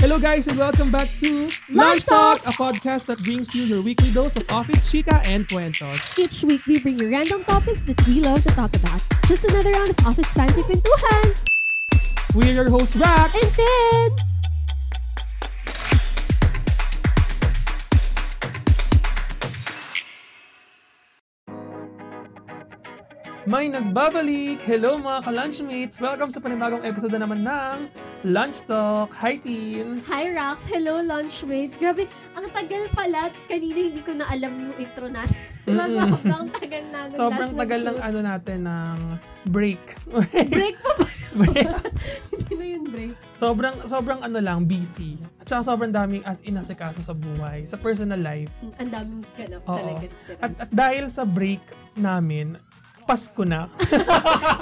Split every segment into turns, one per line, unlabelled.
Hello guys and welcome back to
Lunch Talk!
a podcast that brings you your weekly dose of office chica and cuentos.
Each week, we bring you random topics that we love to talk about. Just another round of Office Panty Pintuhan!
We're your hosts, Rax!
And then...
May nagbabalik! Hello mga ka-lunchmates! Welcome sa panibagong episode na naman ng Lunch Talk! Hi, teen!
Hi, Rox! Hello, lunchmates! Grabe, ang tagal pala. Kanina hindi ko na alam yung intro natin. so, sobrang tagal na. nung
Sobrang
last
tagal ng
nag-shoot.
ano natin ng break.
Break pa ba?
Break.
hindi na yun break.
sobrang sobrang ano lang busy. At saka sobrang daming as in asikaso sa buhay, sa personal life.
Ang daming ganap
Oo.
talaga.
At, at dahil sa break namin, Pasko na.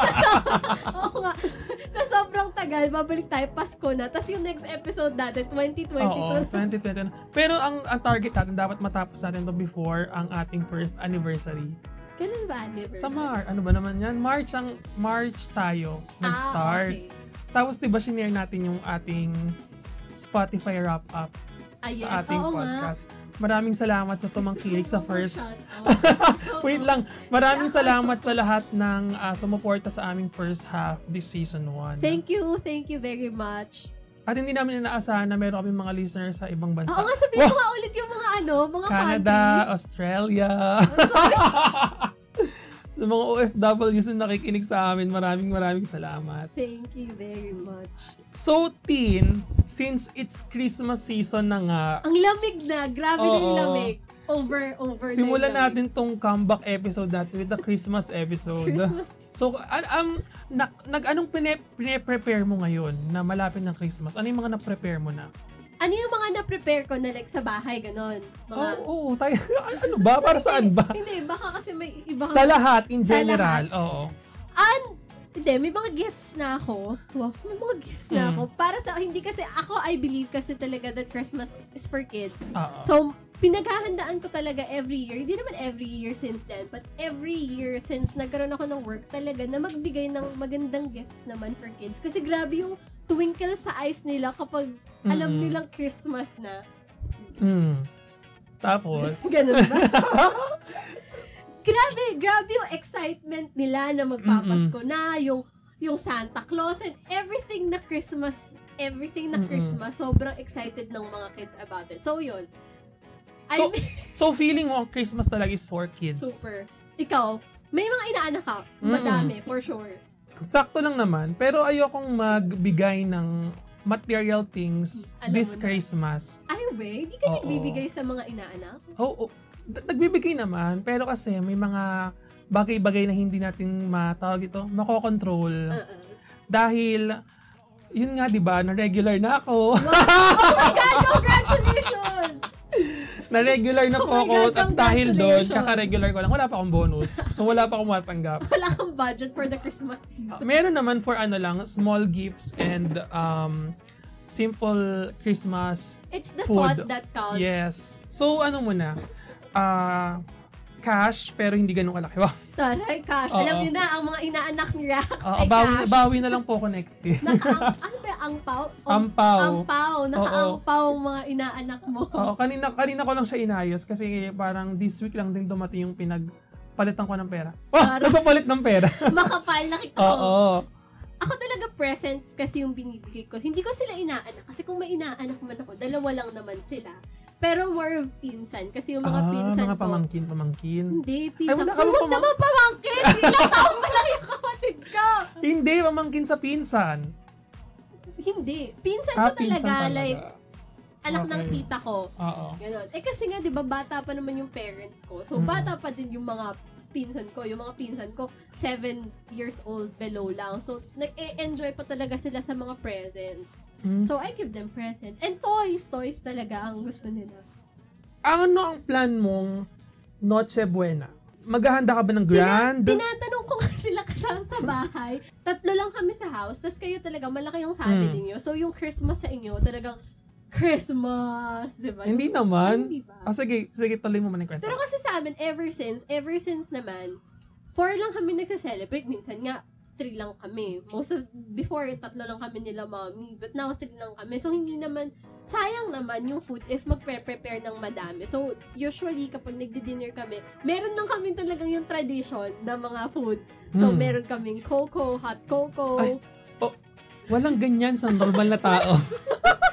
Oo nga. Sa sobrang tagal, babalik tayo Pasko na. Tapos yung next episode natin, 2022
Oo,
na.
2020. Pero ang, ang target natin, dapat matapos natin to before ang ating first anniversary.
Ganun ba,
S-
anniversary?
Sa Mar, ano ba naman yan? March ang March tayo
Ah,
nag-start.
okay.
Tapos 'di ba shinare natin yung ating S- Spotify wrap up
Ah, yes.
sa ating
Oo nga.
podcast. Maraming salamat sa tumangkilik sa first.
Oo.
Wait lang. Maraming salamat sa lahat ng ah, sumuporta sa aming first half this season 1.
Thank you, thank you very much.
At hindi namin inaasahan na meron kaming mga listeners sa ibang bansa.
Oo nga, sabihin ko nga ulit yung mga ano, mga
Canada,
countries.
Australia. sa mga OFWs na nakikinig sa amin, maraming maraming salamat.
Thank you very much.
So, teen, since it's Christmas season na nga,
Ang lamig na, grabe na yung
Oo.
lamig. Over, over
simulan
na yung lamig.
natin tong comeback episode natin with the Christmas episode.
Christmas.
So, an- um, na- nag, anong pine, prepare mo ngayon na malapit ng Christmas? Ano yung mga na-prepare mo na?
Ano yung mga na-prepare ko na like sa bahay, ganon? Mga,
Oo, oh, tayo, ano ba? Para saan ba?
Hindi, baka kasi may iba.
Sa lahat, in
Sa
general. Oo.
An, hindi, may mga gifts na ako. Wow, may mga gifts
Hmm.
na ako. Para sa, hindi kasi, ako, I believe kasi talaga that Christmas is for kids.
Oo.
So, pinaghahandaan ko talaga every year. Hindi naman every year since then, but every year since nagkaroon ako ng work talaga na magbigay ng magandang gifts naman for kids. Kasi grabe yung twinkle sa eyes nila kapag alam
Mm-mm.
nilang Christmas na.
Mm. Tapos,
Hmm. Ganun ba? grabe, grabe yung excitement nila na magpapasko na, yung yung Santa Claus and everything na Christmas, everything na
Mm-mm.
Christmas. Sobrang excited ng mga kids about it. So yun. I
So,
mean,
so feeling mo ang Christmas talaga is for kids.
super. Ikaw, may mga inaanak ka,
Mm-mm.
madami, for sure.
Sakto lang naman, pero ayokong magbigay ng material things
Hmm, Alam
this
mo na.
Christmas.
Ay, we, di ka
Oo.
nagbibigay sa mga inaanak?
Oo, oh, nagbibigay naman, pero kasi may mga bagay-bagay na hindi natin matawag ito, makokontrol.
Uh-uh.
Dahil, yun nga, di ba, na-regular na ako.
Oh my God, congratulations!
na-regular na
Oh
po
my
ako.
God,
At dahil doon,
congratulations.
kaka-regular ko lang, wala pa akong bonus. So, wala pa akong matanggap.
Wala kang budget for the Christmas season.
Meron naman for ano lang, small gifts and um, simple Christmas.
It's the
Food.
thought that counts.
Yes. So, ano muna? ah cash, pero hindi ganun kalaki. Wow.
Taray, cash.
Oo.
Alam niyo na, ang mga inaanak ni Rax
Ah,
ay
bawi,
cash.
bawi na lang po ako next eh. year.
Naka, ano ba, angpaw?
Ampaw.
Ampaw. Naka-angpaw ang mga inaanak mo.
Oo, kanina, kanina ko lang siya inayos kasi parang this week lang din dumating yung pinagpalitan ko ng pera. Oh,
Parang-
nagpapalit ng pera.
Makapal na kita.
Oo.
Ako talaga presents kasi yung binibigay ko. Hindi ko sila inaanak. Kasi kung may inaanak man ako, dalawa lang naman sila. Pero more of pinsan. Kasi yung
Ah,
mga pinsan
mga
ko,
pamangkin, pamangkin.
hindi, pinsan.
wala
Ay,
kami
Huwag
pamang-
naman pamangkin! Ilang taon pa lang yung kapatid ko!
Hindi, pamangkin sa pinsan.
Hindi. Pinsan ko
Ah,
talaga,
pinsan talaga.
like, anak ng
Okay.
tita ko.
Oo.
Ganon. Eh kasi nga, di ba, bata pa naman yung parents ko. So,
Mm.
bata pa din yung mga pinsan ko. Yung mga pinsan ko, seven years old below lang. So, nag-enjoy pa talaga sila sa mga presents.
Mm.
So, I give them presents. And toys, toys talaga ang gusto nila.
ano ang plan mong Noche Buena? Maghahanda ka ba ng
Tina-
grand?
tinatanong ko nga sila kasama sa bahay. Tatlo lang kami sa house. Tapos kayo talaga, malaki yung family
Mm.
niyo. So, yung Christmas sa inyo, talagang Christmas, di ba?
Hindi naman.
Hindi ba?
Ah, sige, sige, tuloy mo man yung kwento.
Pero kasi sa amin, ever since, ever since naman, four lang kami nagsa-celebrate. Minsan nga, three lang kami. Most of, before, tatlo lang kami nila mommy. But now, three lang kami. So, hindi naman, sayang naman yung food if magpre-prepare ng madami. So, usually, kapag nagdi-dinner kami, meron lang kami talagang yung tradition ng mga food. So,
Hmm.
meron kaming cocoa, hot cocoa.
Ay, Walang ganyan sa normal na tao.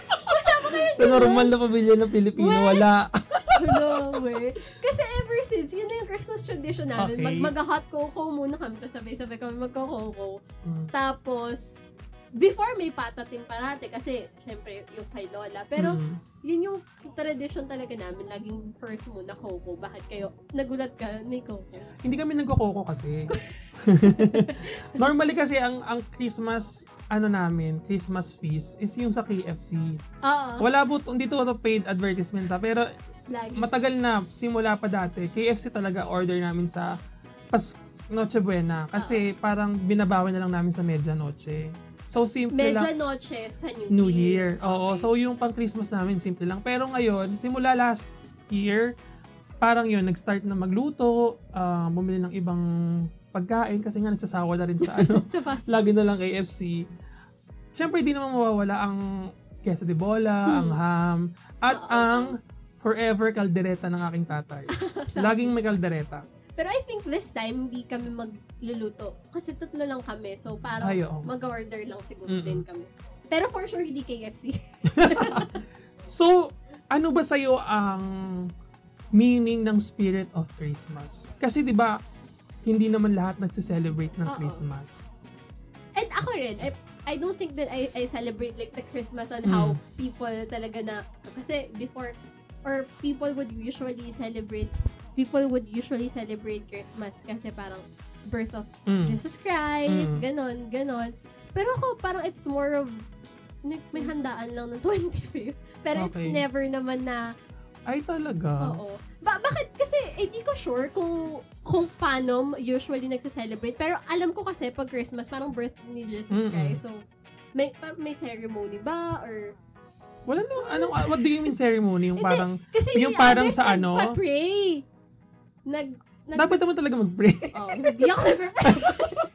sa normal na pamilya ng Pilipino, wala.
Hello, eh. Kasi ever since, yun na yung Christmas tradition namin.
Okay.
Mag, mag-hot cocoa muna kami, tapos sabay-sabay kami magko-cocoa.
Mm.
Tapos, before may patatim parate, kasi syempre yung kay Lola. Pero,
Mm.
yun yung tradition talaga namin. Laging first muna cocoa. Bakit kayo? Nagulat ka, may cocoa.
Hindi kami nagkokoko kasi. Normally kasi ang ang Christmas ano namin, Christmas feast is yung sa KFC.
Oo.
Wala po, hindi to to paid advertisement ha, pero s-
Ah. Lagi.
matagal na, simula pa dati, KFC talaga order namin sa pas Noche Buena kasi parang binabawi na lang namin sa medianoche. So simple lang.
Medya noche sa New, Ah,
New Year. Oo, so yung pang Christmas namin simple lang. Pero ngayon, simula last year, parang yun, nag-start na magluto, ah, bumili ng ibang pagkain kasi nga nagsasawa na rin sa ano.
Sa fast
Lagi na lang KFC. Siyempre, di naman mawawala ang queso de bola, ang ham, at
Hmm. Oo.
ang forever kaldereta ng aking tatay. Laging may kaldereta.
Pero I think this time, hindi kami magluluto. Kasi tatlo lang kami. So, parang
Ay, oo.
mag-order lang siguro
Mm-mm.
din kami. Pero for sure, hindi KFC.
So, ano ba sa'yo ang meaning ng spirit of Christmas? Kasi 'di ba hindi naman lahat nagse-celebrate ng
Oo.
Christmas.
And ako rin, I, I don't think that I, I celebrate like the Christmas on how
Mm.
people talaga na, kasi before, or people would usually celebrate, people would usually celebrate Christmas kasi parang birth of
Mm.
Jesus
Mm.
Christ, ganon, ganon. Pero ako, parang it's more of, like, may handaan lang ng 25. Pero it's
Okay.
never naman na,
Ay talaga.
oo. Ba- bakit? Kasi, hindi ko sure kung kung paano usually nagse-celebrate. Pero alam ko kasi pag Christmas, parang birth ni Jesus
Mm-mm.
Christ. So, may, pa- may ceremony ba? Or,
Wala no, ano what do you mean ceremony yung
Hindi,
parang
kasi
Yung parang
others
sa ano?
nagpa-pray. Nag, nag,
dapat naman talaga mag-pray.
Oh, hindi ako nagpa-pray.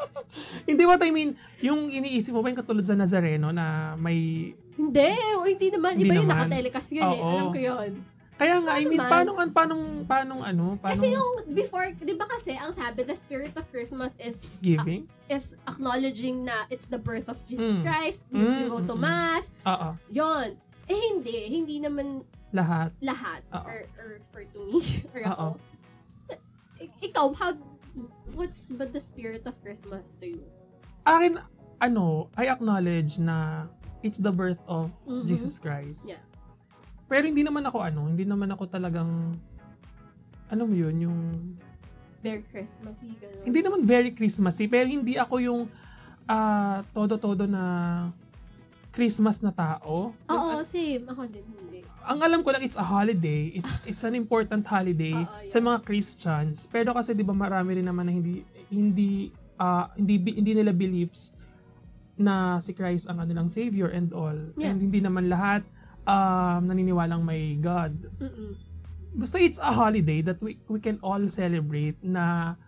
hindi what I mean, yung iniisip mo ba yung katulad sa Nazareno na may
hindi, o hindi naman.
Hindi
Iba yun,
naman.
nakatelecast yun eh.
Oo.
Alam ko yun.
Kaya nga I mean
Ano naman.
paano an paano paano ano, paano
Kasi yung before, di ba kasi, ang sabi, the spirit of Christmas is
giving?
is acknowledging na it's the birth of Jesus
Mm.
Christ. You,
Mm,
you go
mm,
to
mm.
mass.
Oo,
Yun. Eh, hindi. Hindi naman
lahat.
lahat.
Oo.
Or, or for to me. Or ako.
Oo.
I- Ikaw, how... What's but the spirit of Christmas to you?
akin, ano, I acknowledge na it's the birth of
Mhm.
Jesus Christ.
Yeah.
Pero hindi naman ako ano, hindi naman ako talagang, alam mo yun, yung,
Very Christmassy, gano'n.
hindi naman very Christmassy, pero hindi ako yung ah, todo-todo na Christmas na tao.
Oo, same. Ako din, hindi.
Ang alam ko lang, it's a holiday. It's it's an important holiday
Oo,
sa
yeah.
mga Christians. Pero kasi 'di ba marami rin naman na hindi hindi ah, hindi bi- hindi nila believes na si Christ ang kanilang savior and all.
Yeah.
And hindi naman lahat um, naniniwalang may God.
Mm-mm.
Basta it's a holiday that we we can all celebrate na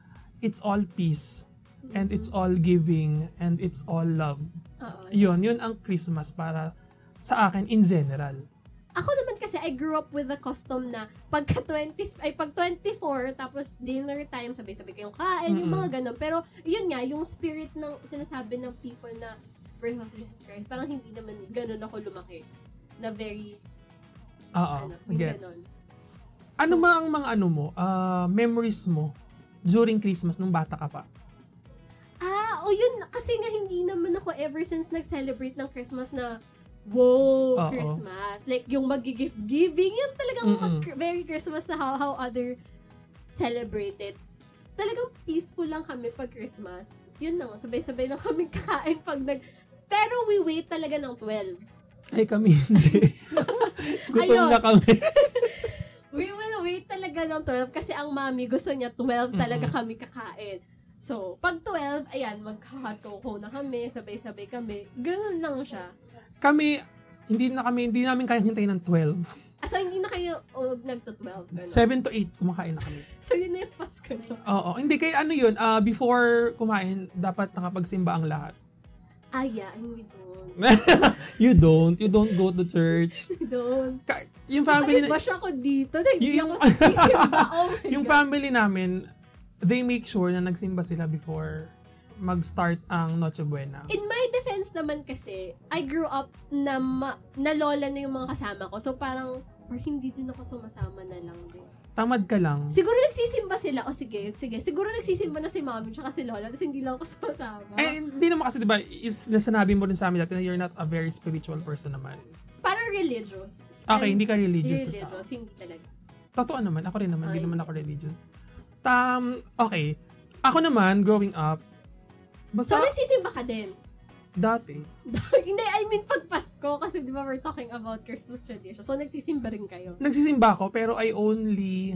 it's all peace and
Mm-hmm.
it's all giving and it's all love.
Oo.
Yun, yun ang Christmas para sa akin in general.
Ako naman kasi, I grew up with the custom na pagka 20, ay pag 24, tapos dinner time, sabay-sabay kayong kain, yung
Mm-mm.
mga gano'n. Pero, yun nga, yung spirit ng sinasabi ng people na birth of Jesus Christ, parang hindi naman gano'n ako lumaki. Na very,
Oo,
ano, yung
Ah, gets.
gano'n.
Ano
So-
ba ang mga ano mo, ah, memories mo during Christmas nung bata ka pa?
Ah, o yun, kasi nga hindi naman ako ever since nag-celebrate ng Christmas na Wow,
Ah, Oo.
Christmas. Like, yung mag-gift giving, yun talagang
Mm-mm.
mag- very Christmas na how, how other celebrate it. Talagang peaceful lang kami pag Christmas. Yun lang, sabay-sabay lang kami kakain pag nag... Pero we wait talaga ng 12.
Ay kami hindi. Gutom
Ayun.
na kami.
We will wait talaga ng 12 kasi ang mami gusto niya 12 talaga
Mm-mm.
kami kakain. So, pag 12, ayan, magka-hot cocoa na kami, sabay-sabay kami. Ganun lang siya.
Kami hindi na kami hindi namin kayang hintayin ng 12.
As Ah, so hindi na kayo oh, nagto-12. ganun.
7 to 8, kumakain na kami.
So yun na yung Pasko na.
Oo, hindi kay ano yun, ah, before kumain, dapat nakapagsimba ang lahat.
Ah, yeah, hindi doon.
you don't, you don't go to church.
Doon.
Ka- yung family, na,
Nakaibash ako dito na hindi
Yung-
ako nagsisimba. Oh my
yung
God.
family namin, they make sure na nagsimba sila before mag-start ang Noche Buena.
In my defense naman kasi, I grew up na, ma- na lola na yung mga kasama ko. So parang, or hindi din ako sumasama na lang din.
Tamad ka lang.
Siguro nagsisimba sila. O sige, sige. Siguro nagsisimba na si mami tsaka si lola. Tapos hindi lang ako sumasama.
Eh, hindi naman kasi, di ba, is, nasanabi mo rin sa amin dati na you're not a very spiritual person naman.
parang religious.
Okay, hindi ka religious. na tao.
religious. Hindi talaga.
Totoo naman, ako rin naman, hindi
Ay.
naman ako religious. Tam, okay. Ako naman, growing up,
So,
basta
nagsisimba ka din.
dati,
hindi, I mean, pag Pasko, kasi di ba we're talking about Christmas tradition. So, nagsisimba rin kayo.
nagsisimba ako, pero I only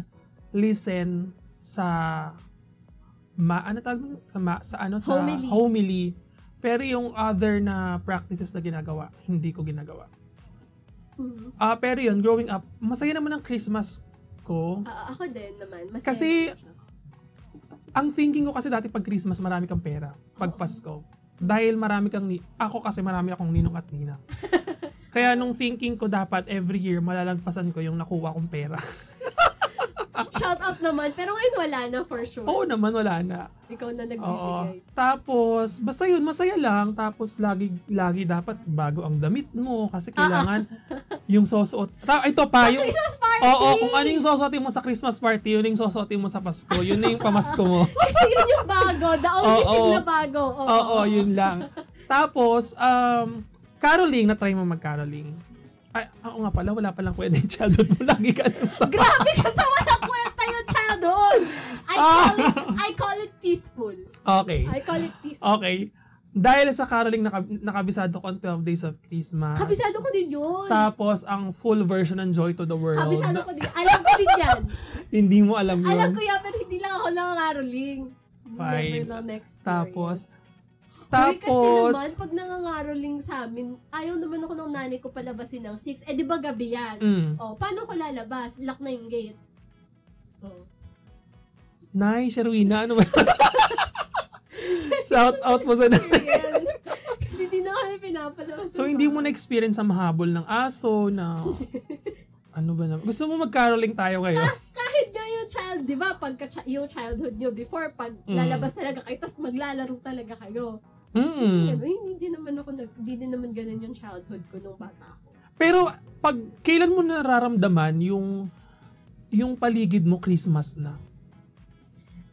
listen sa ma, ano tawag nun? Sa ma, sa ano? Sa
Homily.
Pero yung other na practices na ginagawa, hindi ko ginagawa.
Mhm.
Ah, pero yun, growing up, masaya naman ang Christmas ko.
Ah, ako din naman. Mas
Kasi- Ang thinking ko kasi dati pag Christmas, marami kang pera. Pag
Oo.
Pasko. Dahil marami kang, ni- ako kasi marami akong ninong at nina. Kaya nung thinking ko dapat every year malalagpasan ko yung nakuha kong pera.
shout out naman. Pero ngayon wala na for sure.
Oo naman, wala na.
Ikaw na
Oo.
nagbibigay.
Tapos, basta yun, masaya lang. Tapos, lagi, lagi dapat bago ang damit mo.
Ah,
Kasi kailangan yung susuot. Ta- ito pa, yung...
Christmas party!
Oo, kung ano yung susuotin mo sa Christmas party, yun yung susuotin mo sa Pasko. Yun na yung pamasko mo.
Kasi yun yung bago. The only
Oo.
thing na bago. Oo,
Oo, yun lang. Tapos, um, caroling, na-try mo mag-caroling. Ay, oo nga pala, wala palang kwenta yung childhood mo. Lagi ka lang sa...
Grabe ka sa walang kwenta yung childhood! I call it, I call it peaceful.
Okay.
I call it peaceful.
Okay. Dahil sa caroling, naka- nakabisado ko ang 12 Days of Christmas.
Kabisado ko din yun.
Tapos, ang full version ng Joy to the World.
Kabisado ko din. Alam ko din yan.
Hindi mo alam yun.
Alam ko yan, pero hindi lang ako nangangaroling. Never
Fine.
know next year.
Tapos,
Uy,
tapos,
kasi naman, pag nangangaroling sa amin, ayaw naman ako ng nanay ko palabasin ng 6. Eh, di ba gabi yan?
mm,
Oh, paano ko lalabas? Lock na yung gate. Oh.
Nay, Sherwina, ano ba? Shout out mo sa
Yes. Kasi hindi na kami pinapalabas.
So, hindi mo na-experience ang mahabol ng aso na... ano ba naman? Gusto mo mag-caroling tayo ngayon?
Ah! Kahit nga yung child, di ba? Pagka chi- yung childhood nyo before, pag
Mm.
lalabas talaga kayo, tapos maglalaro talaga kayo.
Mm.
Ganun, eh, hindi naman ako, nag- hindi din naman ganun yung childhood ko nung bata ako.
Pero, pag kailan mo nararamdaman yung yung paligid mo Christmas na?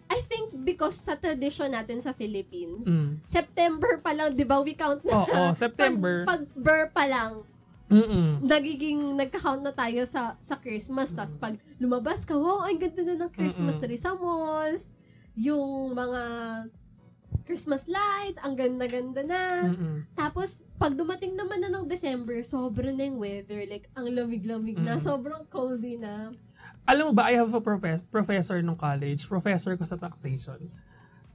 I think because sa tradition natin sa Philippines,
Mm.
September pa lang, di ba? We count na.
Oo, September.
Pag, pag burr pa lang,
Mm-mm.
nagiging nagka-count na tayo sa sa Christmas. Tapos pag lumabas ka, wow, ang ganda na ng Christmas
Mm-mm.
tree sa malls. Yung mga Christmas lights, ang ganda-ganda na.
Mm-mm.
Tapos, pag dumating naman na ng December, sobrang na yung weather. Like, ang lamig-lamig na.
Mm.
Sobrang cozy na.
alam mo ba, I have a profes- professor nung college, professor ko sa taxation.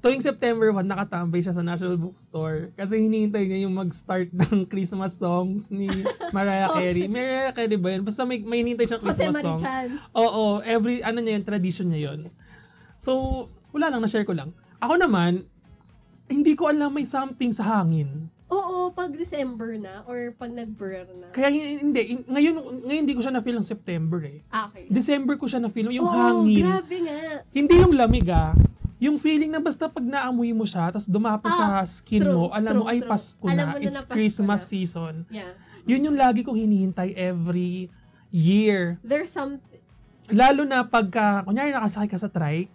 Tuwing September 1, nakatambay siya sa National Bookstore kasi hinihintay niya yung mag-start ng Christmas songs ni Mariah Carey. Mariah Carey ba yun? Basta may, may hinihintay siyang
Oh, Jose
Christmas song.
Marichan.
Oo, every, ano niya yun, tradition niya yun. So, wala lang, na-share ko lang. Ako naman, hindi ko alam may something sa hangin.
Oo, pag December na or pag nag-burr na.
Kaya hin- hindi, hin- ngayon, ngayon hindi ko siya na-feel ng September eh.
Ah, okay.
December ko siya na-feel, yung
Oo,
hangin.
grabe nga.
hindi yung lamig ah, yung feeling na basta pag naamoy mo siya, tapos dumapa sa
Ah,
skin
true,
mo, alam mo,
true,
ay
true.
Pasko
Alam
na,
mo na
it's
na Pasko
Christmas
na.
season.
Yeah.
Yun yung lagi kong hinihintay every year.
There's something.
Lalo na pagka, kunyari nakasakay ka sa trike,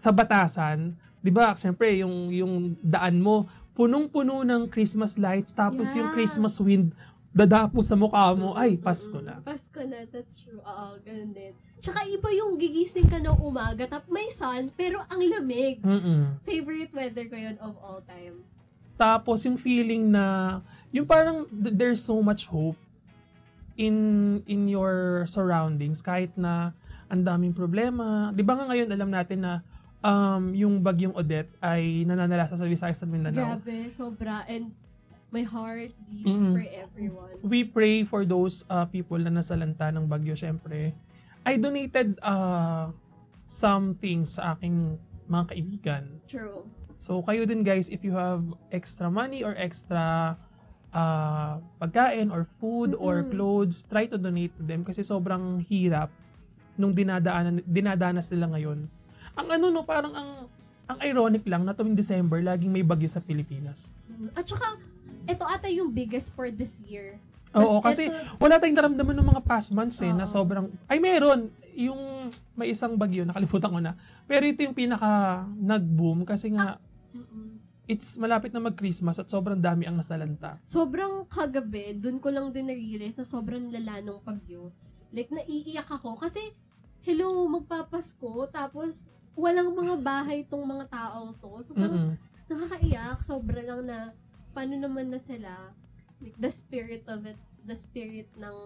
sa batasan, di ba, syempre, yung, yung daan mo, punong-puno ng Christmas lights, tapos yung
Yeah.
Christmas wind, dadapo sa mukha mo, ay, Pasko na.
Mm-mm. Pasko na, that's true. Oo, ganun din. Tsaka iba yung gigising ka ng umaga, tap may sun, pero ang lamig.
Hmm. Mm-mm.
Favorite weather ko yun of all time.
Tapos yung feeling na yung parang th- there's so much hope in in your surroundings kahit na ang daming problema. 'Di ba nga ngayon alam natin na um, yung bagyong Odette ay nananalasa sa Visayas at Mindanao.
Grabe, sobra. And my heart beats
Mm.
for everyone.
we pray for those uh, people na nasalanta ng bagyo syempre. I donated uh, some things sa aking mga kaibigan.
True.
So kayo din guys, if you have extra money or extra uh, pagkain or food or
Mm-mm.
clothes, try to donate to them kasi sobrang hirap nung dinadaanan, dinadanas nila ngayon. Ang ano no, parang ang, ang ironic lang na tuwing December, laging may bagyo sa Pilipinas.
Mm. At saka, ito ata yung biggest for this year.
Oo,
Tas
kasi
eto-
wala tayong naramdaman ng mga past months eh, na
Oo.
sobrang, ay meron, yung may isang bagyo, nakalimutan ko na. Pero ito yung pinaka nag-boom kasi nga,
Mm-mm.
it's malapit na mag-Christmas at sobrang dami ang nasalanta.
Sobrang kagabi, dun ko lang din na-realize na sobrang lala nung pagyo. Like, naiiyak ako kasi, hello, magpapasko, tapos walang mga bahay tong mga taong to. So,
Mm-mm.
parang nakakaiyak, sobra lang na paano naman na sila, like the spirit of it, the spirit ng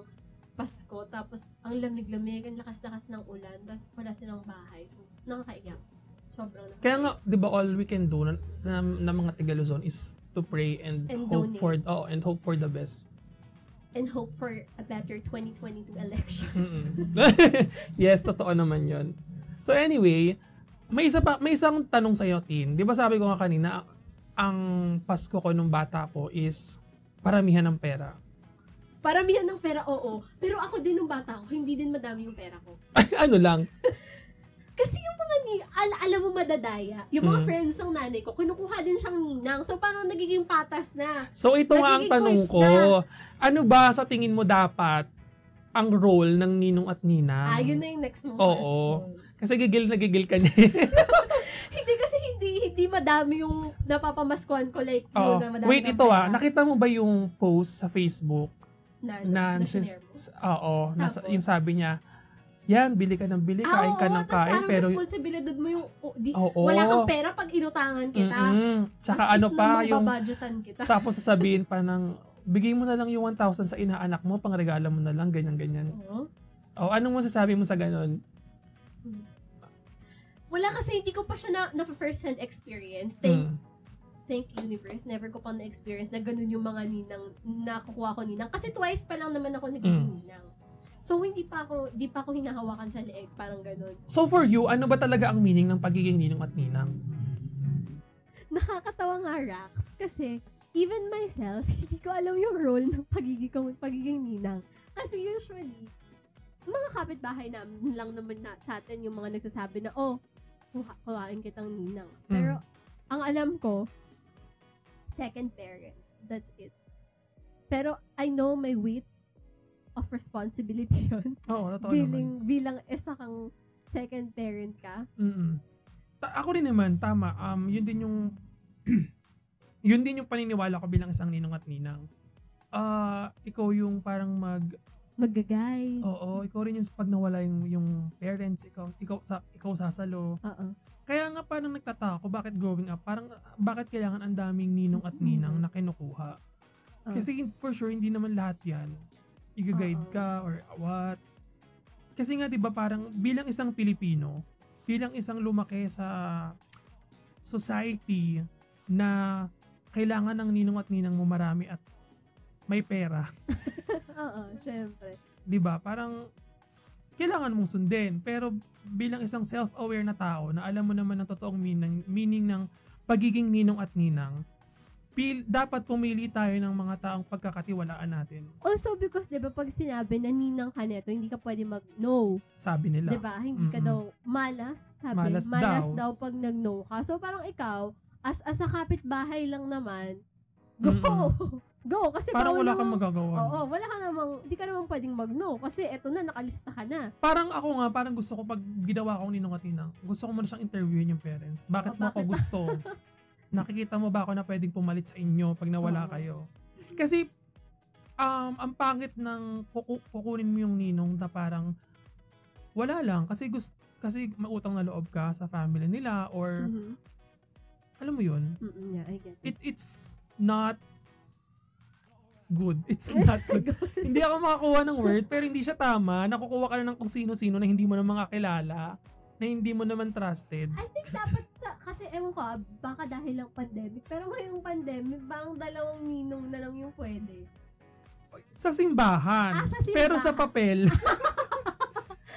Pasko, tapos ang lamig-lamig, ang lakas-lakas ng ulan, tapos wala silang bahay. So, nakakaiyak. Sobrang nakakaiyak.
Kaya nga, di ba all we can do na, na, na mga taga Luzon is to pray and,
And
hope
donate.
for oh, and hope for the best.
And hope for a better 2022 elections.
Mm-mm. yes, totoo naman 'yon. So anyway, may isa pa may isang tanong sa iyo, Tin. 'Di ba sabi ko nga kanina ang Pasko ko nung bata ko is paramihan ng pera.
Paramihan ng pera, oo. Pero ako din nung bata ko, hindi din madami yung pera ko.
ano lang?
Kasi yung mga ni, al- alam mo madadaya, yung mga
Mm.
friends ng nanay ko, kinukuha din siyang ninang. So parang nagiging patas na.
So ito nga ang
Nagiging
tanong ko.
coins
Ano ba sa tingin mo dapat ang role ng ninong at ninang?
Ah, yun na yung next mong
Um, Oo.
question.
Kasi gigil na gigil ka niya.
Hindi kasi hindi hindi madami yung napapamaskuhan ko like yun
Oo.
na madami.
Wait,
ng
ito ah.
pera.
Nakita mo ba yung post sa Facebook na,
na, na, na
sis-
share mo.
s- oo, nasa,
Tapos?
yung sabi niya, yan, bili ka ng bili,
Ah,
kain ka
oo,
ng
tas
kain,
parang
pero,
responsibilidad mo yung, oh, di,
oo.
wala kang ah. pera pag inutangan kita.
Mm-mm. Tsaka ano pa, yung,
Babudgetan kita.
tapos sasabihin pa ng, bigay mo na lang yung 1,000 sa inaanak mo, pangregala mo na lang, ganyan-ganyan.
Oo.
O, anong masasabi mo sa ganun?
Wala kasi hindi ko pa siya na, na first hand experience. Thank,
Mm.
thank universe. Never ko pa na experience na ganun yung mga ninang nakukuha ko ninang. Kasi twice pa lang naman ako nagiging ninang. So hindi pa ako hindi pa ako hinahawakan sa leeg parang ganun.
So for you, ano ba talaga ang meaning ng pagiging ninong at ninang?
nakakatawa nga Rax kasi even myself, hindi ko alam yung role ng pagiging, kong- pagiging ninang. Kasi usually, mga kapitbahay namin lang naman na, sa atin yung mga nagsasabi na, oh, kuha- kuhain kitang ninang.
Hmm.
Pero, ang alam ko, second parent. That's it. Pero, I know my weight of responsibility yun.
Oo, totoo naman.
Bilang, bilang isa kang second parent ka.
Mm-mm. Ta- ako rin naman, tama. Um, yun din yung yun din yung paniniwala ko bilang isang ninong at ninang. Ah, ikaw yung parang mag
Magagay.
Oo, ikaw rin yung pag nawala yung, yung parents, ikaw ikaw sa ikaw sasalo.
Oo.
Kaya nga parang nagtataka ako bakit growing up, parang ah, bakit kailangan ang daming ninong at ninang na kinukuha.
Ah.
Kasi hin- for sure hindi naman lahat 'yan. Iga-guide
Oo.
ka or what. Kasi nga 'di ba parang bilang isang Pilipino, bilang isang lumaki sa society na kailangan ng ninong at ninang mo marami at may pera.
Oo, syempre.
'di ba? Parang kailangan mong sundin, pero bilang isang self-aware na tao na alam mo naman ang totoong meaning, meaning ng pagiging ninong at ninang, pil, dapat pumili tayo ng mga taong pagkakatiwalaan natin.
Also because 'di ba pag sinabi na ninang ka neto, hindi ka pwede mag no,
Sabi
'di
nila.
ba? Hindi ka
Mm-mm.
daw malas, sabi.
Malas
Malas,
daw.
daw. pag nag-no ka. So parang ikaw as as a kapitbahay lang naman, go.
Mm-mm.
Go kasi
Parang
bawal
wala kang
namang-
magagawa.
Oo, wala ka namang hindi ka namang pwedeng mag-no kasi eto na nakalista ka na.
Parang ako nga, parang gusto ko pag ginawa akong ninong at ninang, gusto ko muna siyang interviewin yung parents. Bakit
Oh,
mo ako
bakit?
gusto? Nakikita mo ba ako na pwedeng pumalit sa inyo pag nawala
Oo.
kayo? Kasi, um, ang pangit ng kuku- kukunin mo yung ninong na parang wala lang. Kasi gusto, kasi mautang na loob ka sa family nila or
Mhm.
alam mo yun,
Mm-mm, yeah, I get
it,
it.
it's not good. It's not good. hindi ako makakuha ng word pero hindi siya tama. Nakukuha ka na ng kung sino-sino na hindi mo naman kakilala na hindi mo naman trusted.
I think dapat sa, kasi kasi ewan ko ah, baka dahil lang pandemic. Pero ngayong pandemic, parang dalawang ninong na lang yung pwede.
Sa simbahan.
Ah, sa simbahan.
Ano? Pero sa papel.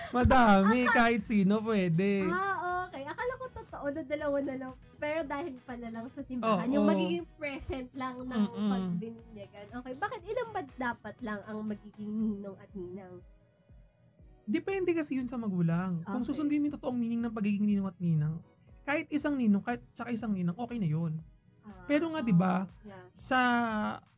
Madami, kahit sino pwede.
Ah, okay. Akala ko totoo na dalawa na lang. Pero dahil pala lang sa simbahan,
Oo.
yung magiging present lang ng
Mm-mm.
pagbinyagan. Okay, bakit ilang ba dapat lang ang magiging ninong at ninang?
Depende kasi yun sa magulang. Kung
Okay.
susundin mo yung totoong meaning ng pagiging ninong at ninang, kahit isang ninong, kahit tsaka isang ninang, okay na yun.
Ah,
Pero nga, di ba,
yeah.
Sa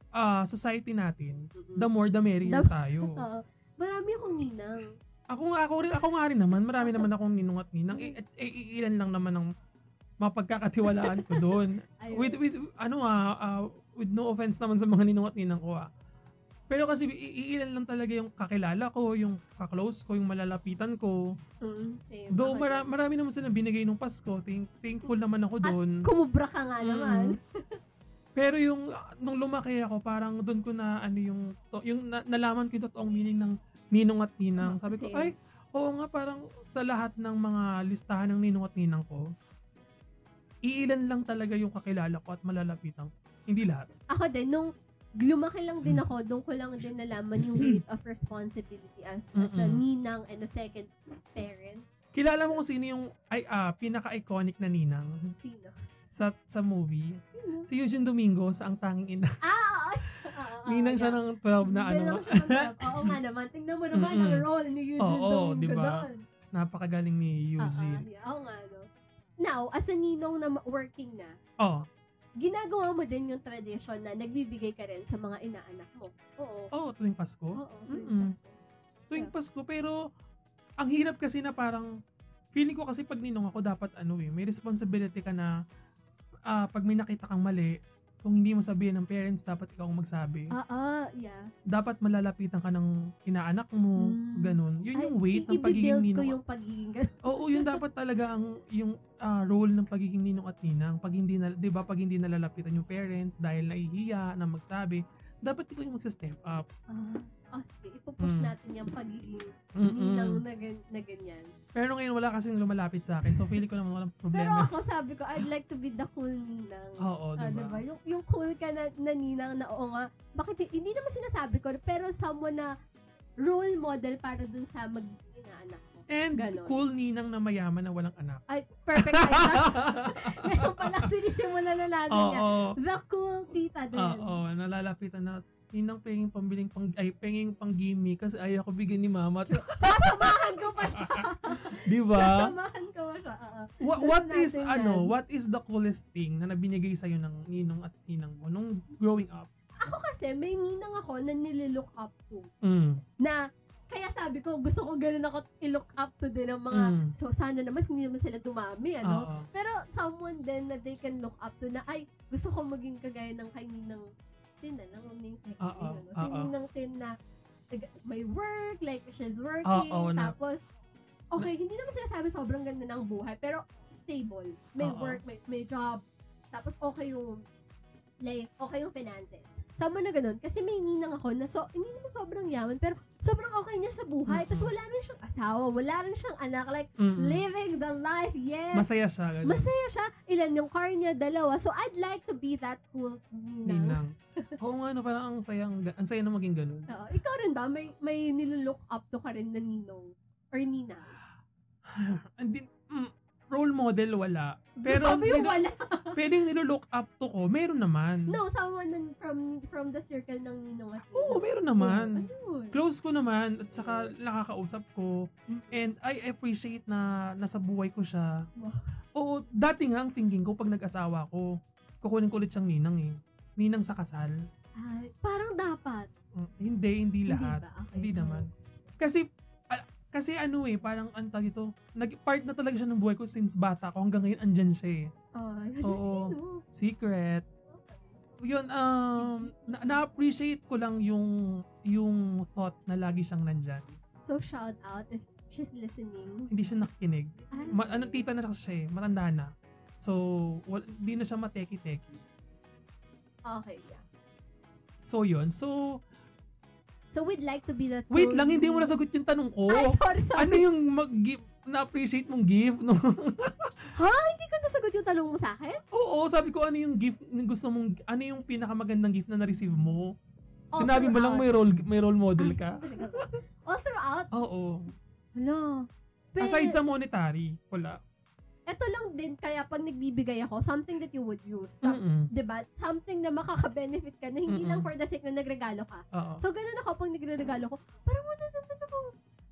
ah, society natin,
Mm-mm.
the more the merrier
The-
tayo.
Oo. Marami akong ninang.
Ako nga, ako, rin, ako nga rin naman, marami naman akong ninong at ninang. Eh, at- eh, ilan lang naman ang mapagkakatiwalaan ko doon.
Ayun.
with, with, ano ah, ah, with no offense naman sa mga ninong at ninang ko ah. Pero kasi i- iilan lang talaga yung kakilala ko, yung kaklose ko, yung malalapitan ko.
Mm, same.
Though
Ako
mara-
din.
marami naman sila binigay nung Pasko, Thank- thankful naman ako
At
doon.
kumubra ka nga naman.
Pero yung ah, nung lumaki ako, parang doon ko na ano yung to- yung na- nalaman ko yung totoong meaning ng ninong at ninang. Sabi ko,
Same.
ay, oo nga parang sa lahat ng mga listahan ng ninong at ninang ko, iilan lang talaga yung kakilala ko at malalapitan ko. Hindi lahat.
Ako din, nung lumaki lang
Mm.
din ako, doon ko lang din nalaman yung weight of responsibility as, as a
Mm-mm.
ninang and a second parent.
Kilala mo kung sino yung ay, ah, pinaka-iconic na ninang
Sino?
sa sa movie?
Sino?
Si Eugene Domingo sa Ang Tanging Ina.
Ah, oo. oo, oo,
ninang siya
yeah.
ng 12 na ano.
Dalawa siya ng club. Oo nga naman. Tingnan mo naman ang
Mm-mm.
role ni Eugene
Oo,
Domingo
diba?
doon.
Napakagaling ni
Oo,
Eugene.
yeah. Oo nga, no? Now, as a ninong na ma- working na,
Oo.
ginagawa mo din yung tradisyon na nagbibigay ka rin sa mga inaanak mo. Oo.
Oo, tuwing Pasko.
Oo, tuwing
Oh. Mm-mm.
Pasko.
tuwing
Yeah.
Pasko pero ang hirap kasi na parang feeling ko kasi pag ninong ako dapat ano eh may responsibility ka na ah, pag may nakita kang mali kung hindi mo sabihin ng parents dapat ikaw ang magsabi
Oo, yeah.
dapat malalapitan ka ng inaanak mo
Mm.
ganun yun yung
Ay,
weight
i-
ng pagiging
i-build ko
ninong
yung pagiging ganun.
oo yun dapat talaga ang yung ah, role ng pagiging ninong at ninang pag hindi na, 'di ba pag hindi nalalapitan yung parents dahil nahihiya na magsabi dapat ikaw yung magsa-step up
Ah, oh, sige, ipupush
Mm.
natin yung pagiging
Mm-mm.
ninang na, gan- na ganyan.
pero ngayon wala kasing lumalapit sa akin so feeling ko naman walang
Pero
problema
ako sabi ko, I'd like to be the cool ninang.
Oo,
Ah,
diba?
diba? Yung, yung cool ka na, na ninang na oo nga. Bakit, y- hindi naman sinasabi ko, pero someone na role model para dun sa magiging inaanak ko.
And
Ganon.
cool ninang na mayaman na walang anak.
Ay, perfect idol. Ngayon pala sinisimulan na natin Ano yan.
Oo.
The cool tita din.
Oo, nalalapitan na. Ninang penging pambiling pang, ay penging pang gimme kasi ayaw ko bigyan ni mama. to."
Sasamahan ko pa siya.
Di ba?
Sasamahan ko pa siya. oo.
What,
Gusto
diba? what
Ano natin
is
yan.
ano, what is the coolest thing na nabinigay sa'yo ng ninong at ninang mo nung growing up?
Ako kasi, may ninang ako na nililook up to.
Mm.
na kaya sabi ko, gusto ko ganun ako i-look up to din ng mga,
Mm.
so sana naman hindi naman sila dumami, ano?
Oo.
Pero someone then na they can look up to na, ay, gusto ko maging kagaya ng kay Ninang Tin na lang, huwag na yung second
Oo,
name, ano? Si
oo.
Ninang Tin na nag- may work, like she's working,
Oo, na-
tapos, okay, hindi naman sinasabi sobrang ganda ng buhay, pero stable. May
Oo.
work, may, may job, tapos okay yung life, okay yung finances. Sama na ganun. Kasi may ninang ako na so, hindi naman sobrang yaman, pero sobrang okay niya sa buhay.
Mm-mm.
Tapos wala rin siyang asawa, wala rin siyang anak. Like,
Mm-mm.
living the life,
Mm,
yes!
Masaya siya. ganun.
Masaya siya. Ilan yung car niya? Dalawa. So, I'd like to be that cool ninang.
Ninang. Oo nga, no, parang ang saya, ang, ga- ang saya na maging ganun.
Oo. ikaw rin ba? May, may nilook up to ka rin na ninong? Or nina?
And din, mm, role model wala. Pero
Sabi yung
nilo-
wala.
pwedeng nilolook up to ko, meron naman.
No, someone nun from from the circle ng ninong at
Oo,
ninang.
meron naman.
Ayun.
Close ko naman at saka nakakausap ko and I appreciate na nasa buhay ko siya.
Wow.
Oo, dati nga ang thinking ko pag nag-asawa ko, kukunin ko ulit siyang ninang eh. Ninang sa kasal.
Ay, parang dapat.
Mm, Hindi, hindi lahat.
Hindi, ba? Okay.
Hindi, naman. Kasi, ah, kasi ano eh, parang ang tag ito, nag-part na talaga siya ng buhay ko since bata ko. Hanggang ngayon, andyan siya eh.
Oh,
Oo.
sino?
Secret. Yun, um, na- na-appreciate ko lang yung, yung thought na lagi siyang nandyan.
So, shout out if she's listening.
Hindi siya nakikinig.
Ay,
Ma- ano, tita na siya eh. Matanda na. So, wal- hindi na siya mateki-teki.
Okay, yeah.
So, yun. So,
So, we'd like to be that
wait
cool
lang, hindi mo
ninang.
nasagot yung tanong ko.
Ay, sorry, sorry.
Ano yung mag-give, na-appreciate mong gift? No?
Ha? Hindi ko nasagot yung tanong mo sa akin?
Oo, sabi ko ano yung gift na gusto mong, ano yung pinakamagandang gift na na-receive mo?
All
Sinabi mo lang
throughout.
may role, may role
Ah,
model ka?
All throughout?
Oo.
Oh, Hala. Pero,
Aside sa monetary, wala.
ito lang din kaya pag nagbibigay ako, something that you would use. Tap-
Mm-mm.
Diba? Something na makaka-benefit ka na
Mm.
hindi
Mm-mm.
lang for the sake na nagregalo ka.
Oo.
So, ganun ako pag nagre-regalo ko. Parang wala naman ako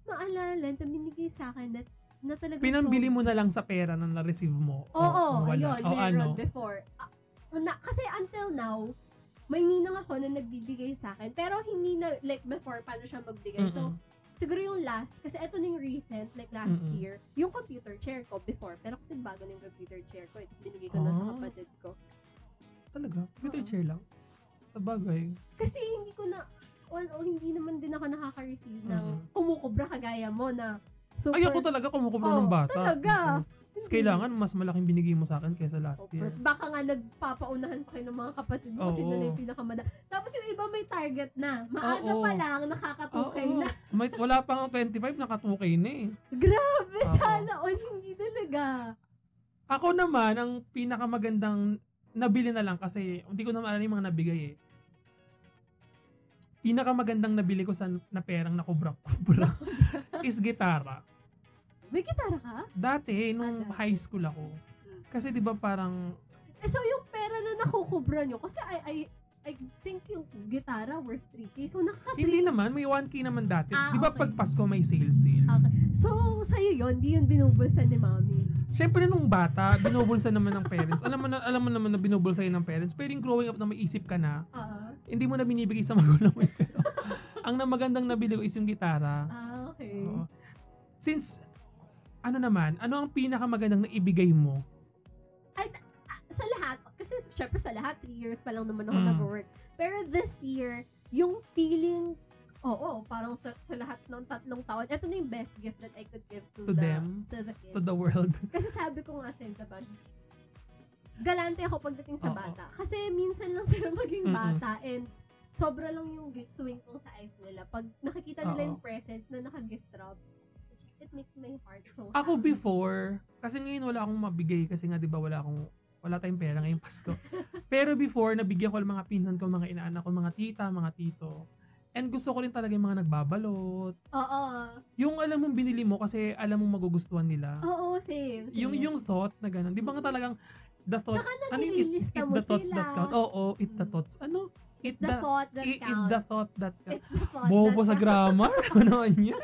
maalala na binigay sa akin na, na talagang
Pinambili mo na lang sa pera na na-receive mo.
Oo, oh,
wala.
ayun,
O ano?
meron before. Ah, na, kasi until now, may ninang ako na nagbibigay sa akin. Pero hindi na, like before, paano siya magbigay. So,
Mm-mm.
siguro yung last, kasi eto na yung recent, like last
Mm-mm.
year, yung computer chair ko before. Pero kasi bago na yung computer chair ko, it's binigay ko na sa
Ah.
kapatid ko.
Talaga? Computer
Oo.
chair lang? Sa bagay.
Kasi hindi ko na, all, all hindi naman din ako nakaka-receive ng
Mm-mm.
kumukubra kagaya mo na super
Ayoko talaga kumukubra
Oo,
ng bata.
Oh, talaga. Oh,
Mm-mm. Tapos kailangan mas malaking binigay mo sa akin kaysa last
Or
year.
Baka nga nagpapaunahan pa kayo ng mga kapatid mo kasi
Oo.
na yung pinakamada. Tapos yung iba may target na. Maaga
Oo.
pa lang, nakakatukay
Oo.
na.
May, wala pa nga 25, nakatukay na eh.
Grabe,
Oo.
sana all hindi talaga.
Ako naman, ang pinakamagandang nabili na lang kasi hindi ko na maalala yung mga nabigay eh. Pinakamagandang nabili ko sa na perang nakubra kubra is gitara.
May gitara ka?
Dati, nung
Ah, dati.
high school ako.
Hmm.
Kasi di ba parang,
Eh, so yung pera na nakukubra nyo, kasi I, I, I think yung gitara worth 3K. So
hindi
nakaka-3K.
naman, may 1K naman dati.
Ah,
di ba
okay. Ah.
pag Pasko may sale sale?
Okay. So, sa'yo yun, di yun binubulsan ni mami.
Siyempre nung bata, binubulsa naman ng parents. Alam mo, na, alam mo naman na binubulsa yun ng parents. Pero yung growing up na may isip ka na,
Ah,
hindi mo na binibigay sa magulang mo. yung pera. Ang na magandang nabili ko is yung gitara.
ah, okay.
Oo. Since, ano naman, ano ang pinakamagandang na ibigay mo?
Ah, sa lahat, kasi syempre sa lahat, 3 years pa lang naman ako
Mm.
nag-work. Pero this year, yung feeling, oo, parang sa, sa lahat ng tatlong taon, ito na yung best gift that I could give to,
To
the,
them?
to the kids.
To the world.
Kasi sabi ko nga sa inyo, diba, galante ako pagdating sa
Oo.
bata. Kasi minsan lang sila maging
Mm-mm.
bata and sobra lang yung gi- twinkle sa eyes nila. Pag nakikita nila
Oo.
yung present na naka-gift wrap, it just, it makes my heart so
Ako
happy.
before, kasi ngayon wala akong mabigay kasi nga 'di ba wala akong wala tayong pera ngayong Pasko. Pero before, nabigyan ko ang mga pinsan ko, mga inaanak ko, mga tita, mga tito. And gusto ko rin talaga yung mga nagbabalot.
Oo.
Yung alam mong binili mo kasi alam mong magugustuhan nila.
Oo, same. same.
Yung yung thought na ganun. Di ba nga talagang the thought,
Tsaka
ano yung it,
nililista
it
mo
the thoughts
sila.
that count? Oo, it the
Mm.
thoughts. Ano? It
the, thought that
it
counts.
is the thought that counts.
It's the thought
Bobo sa
that
grammar? ano yan?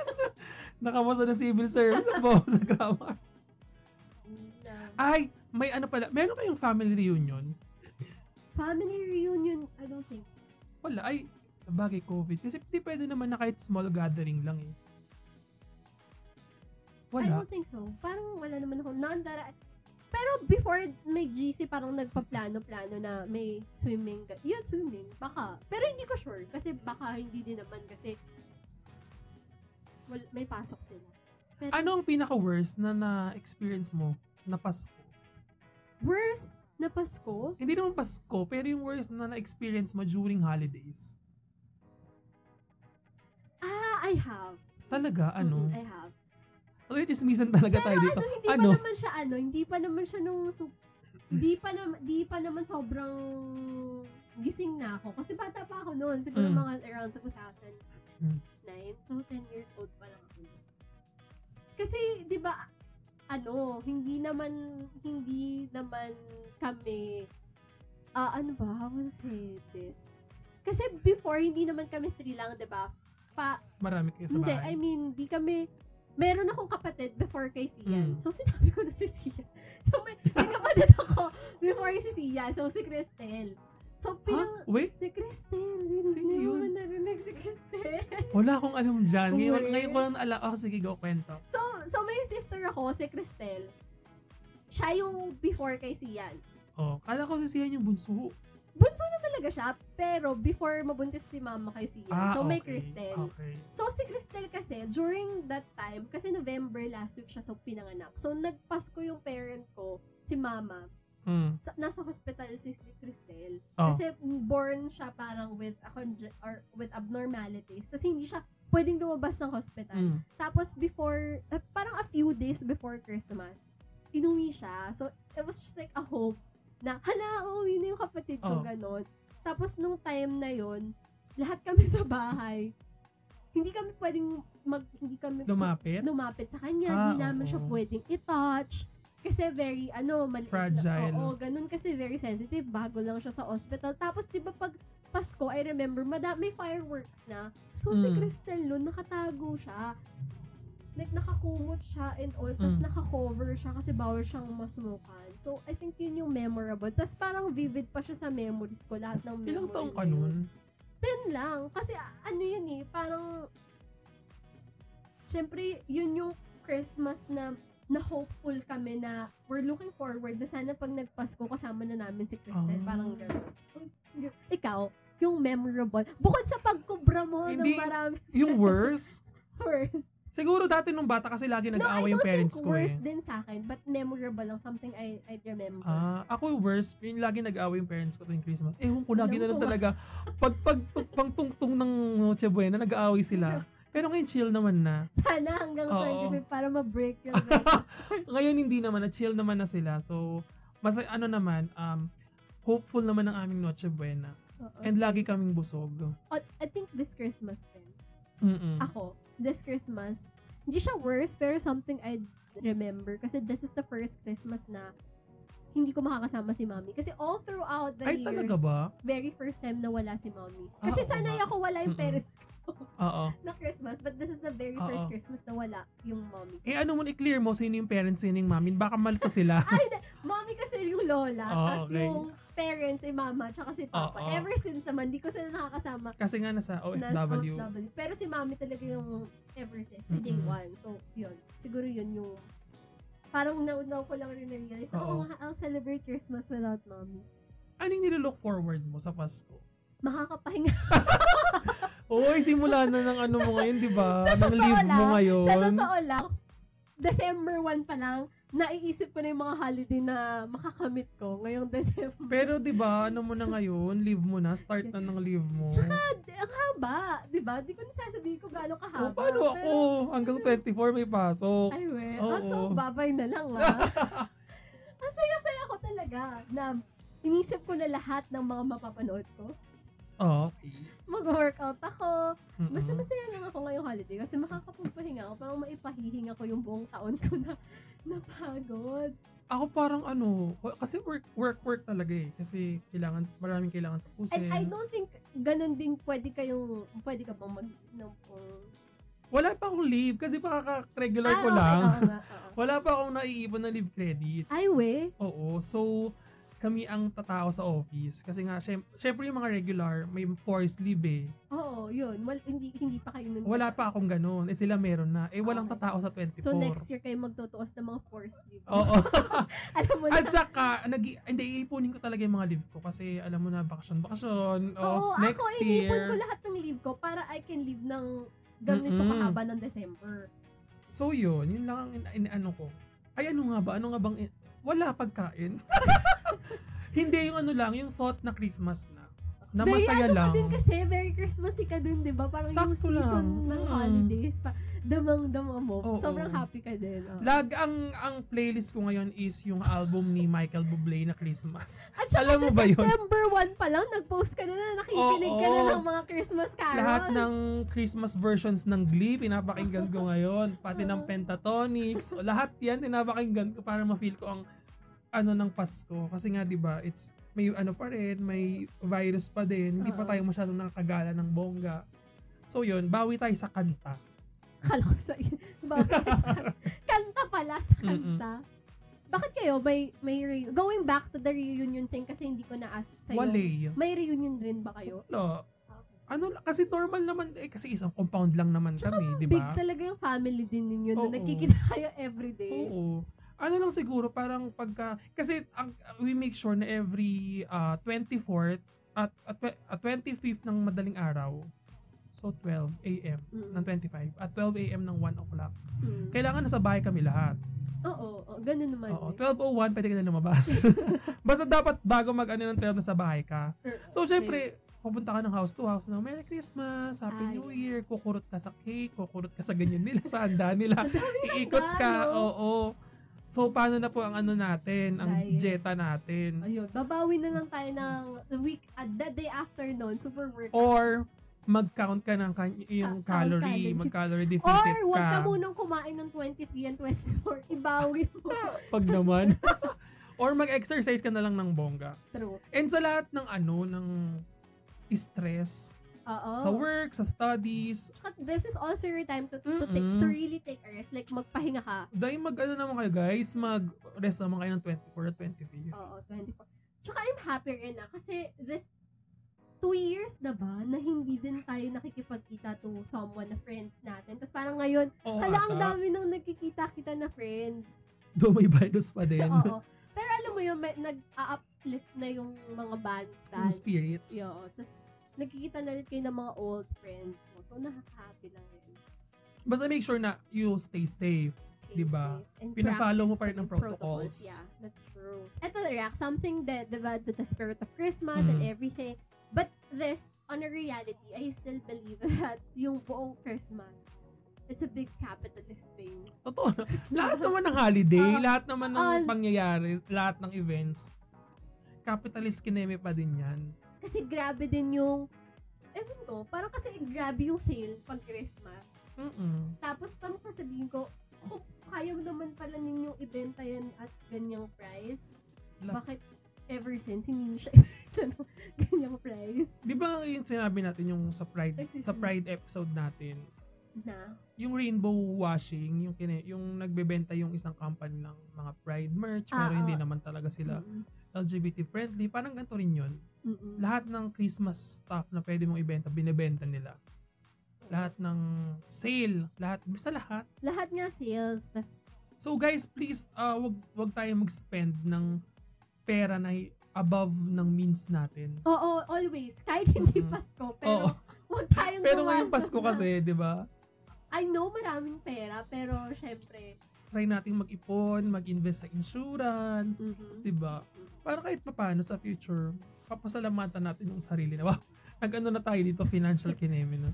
Nakabasa ng civil service at bobo sa grammar.
counts.
Ay, may ano pala. Meron kayong family reunion?
Family reunion, I don't think. so.
Wala. Ay, sa bagay COVID. Kasi di pwede naman na kahit small gathering lang eh.
I
Wala.
don't think so. Parang wala naman ako. None that I- Pero before may GC, parang nagpa-plano-plano na may swimming. ga- Yun, swimming. Baka. Pero hindi ko sure. Kasi baka hindi din naman. Kasi wal- may pasok sila.
Ano ang pinaka-worst na na-experience mo na Pasko?
Worst na Pasko?
Hindi naman Pasko, pero yung worst na na-experience mo during holidays.
Ah, I have.
Talaga, ano?
Mm, I have.
Talaga, chismisan talaga tayo dito.
Ano, hindi
Ano?
pa naman siya ano, hindi pa naman siya nung su- hindi pa naman di pa naman sobrang gising na ako kasi bata pa ako noon, siguro
Mm.
mga around 2009.
Mm.
So 10 years old pa lang ako. Kasi 'di ba ano, hindi naman hindi naman kami ah ano ba, how will I say this? Kasi before hindi naman kami three lang, 'di ba? Pa
Marami kayo sa
hindi,
bahay.
I mean, di kami, meron akong kapatid before kay
Mm.
Sian. So, sinabi ko na si Sian. So, may, may kapatid ako before si Sian. So, si Cristel. So, pinang...
Wait.
Si Cristel. Yun,
Sino
hindi
yun?
mo narinig si Cristel.
Wala akong alam dyan. Ngayon,
Wait.
ngayon ko lang naala. Oh, sige, go, kwento.
So, so may sister ako, si Cristel. Siya yung before kay Sian.
Oh, kala ko si Sian yung bunso.
Bunso na talaga siya, pero before mabuntis si mama kay Sian. so, may Cristel.
Ah, Okay.
So, si Cristel kasi, during that time, kasi November last week siya so pinanganak. So, nagpasko yung parent ko, si mama.
Mm.
Sa, nasa hospital si si Cristel.
Oh.
Kasi born siya parang with a conge- or with abnormalities. Tapos hindi siya pwedeng lumabas ng
Mm.
hospital. Tapos before, eh, parang a few days before Christmas, inuwi siya. So, it was just like a hope na, hala, uuwi na yung kapatid
Oh.
ko, ganon. Tapos, nung time na yon lahat kami sa bahay. Hindi kami pwedeng mag, hindi kami
Lumapit.
lumapit sa kanya.
Ah,
Hindi naman
oo.
siya pwedeng i-touch. Kasi very, ano, maliit. lang.
Fragile.
Oo, ganun kasi very sensitive. Bago lang siya sa hospital. Tapos, di ba pag Pasko, I remember, mada- may fireworks na. So, si
Mm.
Kristen Lund, nakatago siya. Like, nakakumot siya and all. Tapos,
Mm.
nakakover siya kasi bawal siyang masmokan. So, I think yun yung memorable. Tapos, parang vivid pa siya sa memories ko. Lahat ng memories.
Ilang taong ka nun?
Ten lang. Kasi a- ano yun eh, parang, syempre, yun yung Christmas na na hopeful kami na we're looking forward na sana pag nagpasko kasama na namin si Kristen.
Ah.
Parang gano'n. Ikaw, yung memorable. Bukod sa pagkubra mo ng
Hindi.
marami
Yung worst?
worst.
Siguro dati nung bata kasi lagi nag-aaway yung parents ko eh.
worst din sa akin, but memorable lang. Something I, I remember.
Ah, ako yung worst, yung lagi nag-aaway yung parents ko tuwing Christmas. Ewan ko, lagi na lang
Alam ko.
talaga. Pag, pag tug- pangtungtong ng Noche Buena, nag-aaway sila. Pero ngayon chill naman na.
sana hanggang
Oo.
25 para ma-break yung record.
Ngayon hindi naman na chill naman na sila. So, mas ano naman, um, hopeful naman ang aming Noche Buena.
Oo.
And lagi kaming busog.
At- I think this Christmas din.
Mm-mm.
ako, this Christmas, hindi siya worse, pero something I remember. Kasi this is the first Christmas na hindi ko makakasama si mommy. Kasi all throughout the
Ay,
years,
talaga ba?
very first time na wala si mommy.
Ah, oo
Kasi sanay
nga.
ako wala yung
Mm-mm.
parents ko
Oo.
na Christmas. But this is the very
Oo.
first Christmas na wala yung mommy.
Eh ano mo, i-clear mo sino yung parents, sino yung mami. Baka malito sila.
Ay, hindi. mommy kasi yung lola.
Oo,
tapos
Ah, okay. Ah,
yung parents, yung mama, tsaka si papa.
Oo.
Ever since naman, di ko sila nakakasama.
Kasi nga nasa
na
OFW.
OFW. Pero si mami talaga yung ever since, si day
Mm-mm.
one. So, yun. Siguro yun yung parang naunaw ko lang rin na-realize. Oo
Oo.
nga, I'll celebrate Christmas without mommy.
Anong nililook forward mo sa Pasko?
Makakapahinga.
Oy, simula na ng ano mo ngayon, di ba? Ng
Sa totoo
leave mo
lang,
ngayon.
Sa totoo lang, December 1 pa lang, naiisip ko na yung mga holiday na makakamit ko ngayong December.
Pero di ba, ano mo na ngayon? Leave mo na. Start na ng leave mo.
Tsaka, di- ang haba. Di ba? Di ko nasasabihin ko gaano kahaba.
O, Oh, paano
Pero-
ako? Hanggang 24 may pasok.
Ay, we.
Oo.
Ah, so, babay na lang, ha? Ang saya-saya ko talaga na inisip ko na lahat ng mga mapapanood ko.
Oh, okay.
Mag-workout ako.
Mm-mm.
Basta masaya lang ako ngayong holiday kasi makakapagpahinga ako. Parang maipahihinga ko yung buong taon ko na napagod.
Ako parang ano, kasi work, work, work talaga eh. Kasi kailangan, maraming kailangan
And
tapusin.
I don't think ganun din pwede kayong, pwede ka bang mag, no, um,
Wala pa akong leave kasi pagkaka-regular ko
Ah, okay,
lang.
oo nga, oo.
Wala pa akong naiipon na leave credits.
Ay, we.
Oo. So, kami ang tatao sa office. Kasi nga, syem- syempre yung mga regular, may forced leave eh.
Oo, yun. Wal, hindi, hindi pa kayo nun.
Wala pa akong ganun. Eh sila meron na. Eh walang
Okay.
tatao sa 24.
So, next year kayo magtutuos ng mga force leave.
Oo.
Alam mo na.
At saka, nag hindi, iipunin ko talaga yung mga leave ko kasi alam mo na, bakasyon, bakasyon.
Oo,
Oh, next
ako
year.
inipon ko lahat ng leave ko para I can leave ng ganito
Mm-mm.
kahaba ng December.
So yun, yun lang ang in, in- ano ko. Ay ano nga ba? Ano nga bang, in- wala pagkain. hindi yung ano lang, yung thought na Christmas na. Na
Very
masaya
ano ka
lang.
din kasi, very Christmasy ka din, di ba? Parang yung
Sakto
season
lang.
ng
Mm.
holidays. Pa, damang-dama mo.
Oo.
Sobrang happy ka din. oh. oo.
Lag ang ang playlist ko ngayon is yung album ni Michael Bublé na Christmas.
At saka
alam mo
na
ba yun?
September 1 pa lang, nag-post ka na na, nakikinig ka na
Oo.
ng mga Christmas carols.
Lahat ng Christmas versions ng Glee pinapakinggan ko ngayon, pati
Ah.
ng Pentatonix, o lahat 'yan pinapakinggan ko para ma-feel ko ang ano ng Pasko kasi nga 'di ba, it's may ano pa rin, may virus pa din, hindi pa
Oo.
tayo masyadong nakakagala ng bongga. So yun, bawi tayo sa kanta.
Kala ko sa Bakit? kanta pala sa kanta. Bakit kayo may may reu- going back to the reunion thing kasi hindi ko na-ask sa'yo.
Walay.
May reunion rin ba kayo?
Lo, ano kasi normal naman eh kasi isang compound lang naman
Tsaka
kami, 'di ba?
Big talaga yung family din ninyo
Oo.
na nagkikita kayo everyday.
Oo. Ano lang siguro, parang pagka, kasi ang, we make sure na every ah, 24th at, at, twe- at 25th ng madaling araw, so 12 a.m.
Mm.
ng 25, at 12 a.m. ng 1 o'clock,
Hmm.
kailangan nasa bahay kami lahat.
Oo, oo, ganun naman.
Oo,
eh.
12.01, pwede ka na lumabas. Basta dapat bago mag-ano ng 12 na sa bahay ka.
Eh,
So, syempre, pupunta ka ng house to house na Merry Christmas, Happy
Ay.
New Year, kukurot ka sa cake, kukurot ka sa ganyan nila, sa handa nila,
Ang dami ng
iikot ka,
regalo.
oo. So, paano na po ang ano natin, ang
Diet.
jeta natin?
Ayun, babawi na lang tayo ng week at the day after noon, super work.
Oh, Or, mag-count ka ng kan- yung
Ka- count
calorie,
calories.
mag-calorie
Or,
deficit
huwag
ka.
ka munang kumain ng 23 and 24. Ibawi mo.
Pag naman. Or mag-exercise ka na lang ng bongga.
True.
And sa lahat ng ano, ng stress,
Oo.
sa work, sa studies,
Tsaka, this is also your time to, to, take,
Mm-mm.
to really take a rest. Like, magpahinga ka.
dahil mag ano naman kayo guys, mag-rest naman kayo ng 24 at 25.
Oo, 24. Tsaka, I'm happy rin na. Kasi, this two years na ba na hindi din tayo nakikipagkita to someone na friends natin. Tapos parang ngayon,
Oo,
hala, ang
ata.
dami nang nagkikita-kita na friends.
Though may virus pa din.
Oo. Pero alam mo yun, may- nag-uplift na yung mga bands.
Yung
bands.
spirits.
Yo, tapos nagkikita na rin kayo ng mga old friends mo. So, nakaka-happy lang yun.
Basta make sure na you stay safe.
Stay
Diba?
safe and
Pina-follow mo
practice
pa rin ang
yung
protocols.
Yeah, that's true. Ito, React, something that, diba, the, the spirit of Christmas and
Mm.
everything. But this, on a reality, I still believe that yung buong Christmas, it's a big capitalist thing.
Totoo. lahat naman ng holiday,
Oo.
lahat naman ng
Oo.
pangyayari, lahat ng events, capitalist kineme pa din yan.
Kasi grabe din yung, ewan ko, parang kasi grabe yung sale pag Christmas.
Mm-mm.
Tapos parang sasabihin ko, kung kaya mo naman pala ninyong ibenta yan at ganyang price,
La-
bakit ever since hindi niyo siya ibenta ng ganyang price
Di ba yung sinabi natin yung sa Pride, sa Pride episode natin,
na?
yung rainbow washing, yung, kine, yung nagbebenta yung isang company ng mga Pride merch, pero
Ah, Hmm.
hindi
oo.
naman talaga sila
Mm-mm.
LGBT friendly. Parang ganito rin yun.
Mm-mm.
Lahat ng Christmas stuff na pwede mong ibenta, binebenta nila. Lahat ng sale, lahat, basta lahat.
Lahat nga sales, tas
So guys, please uh, wag wag tayo mag-spend ng pera na hi- above ng means natin.
oo, always, kahit hindi
Mm-mm.
Pasko,
Oo.
pero huwag tayong
Pero ngayong
gumastos
Pasko
na-
kasi, 'di ba?
I know maraming pera, pero syempre,
Try nating mag-ipon, mag-invest sa insurance,
Mhm.
'di ba? Para kahit papaano sa future, papasalamatan natin yung sarili na wow, nag-ano na tayo dito financial kineme na.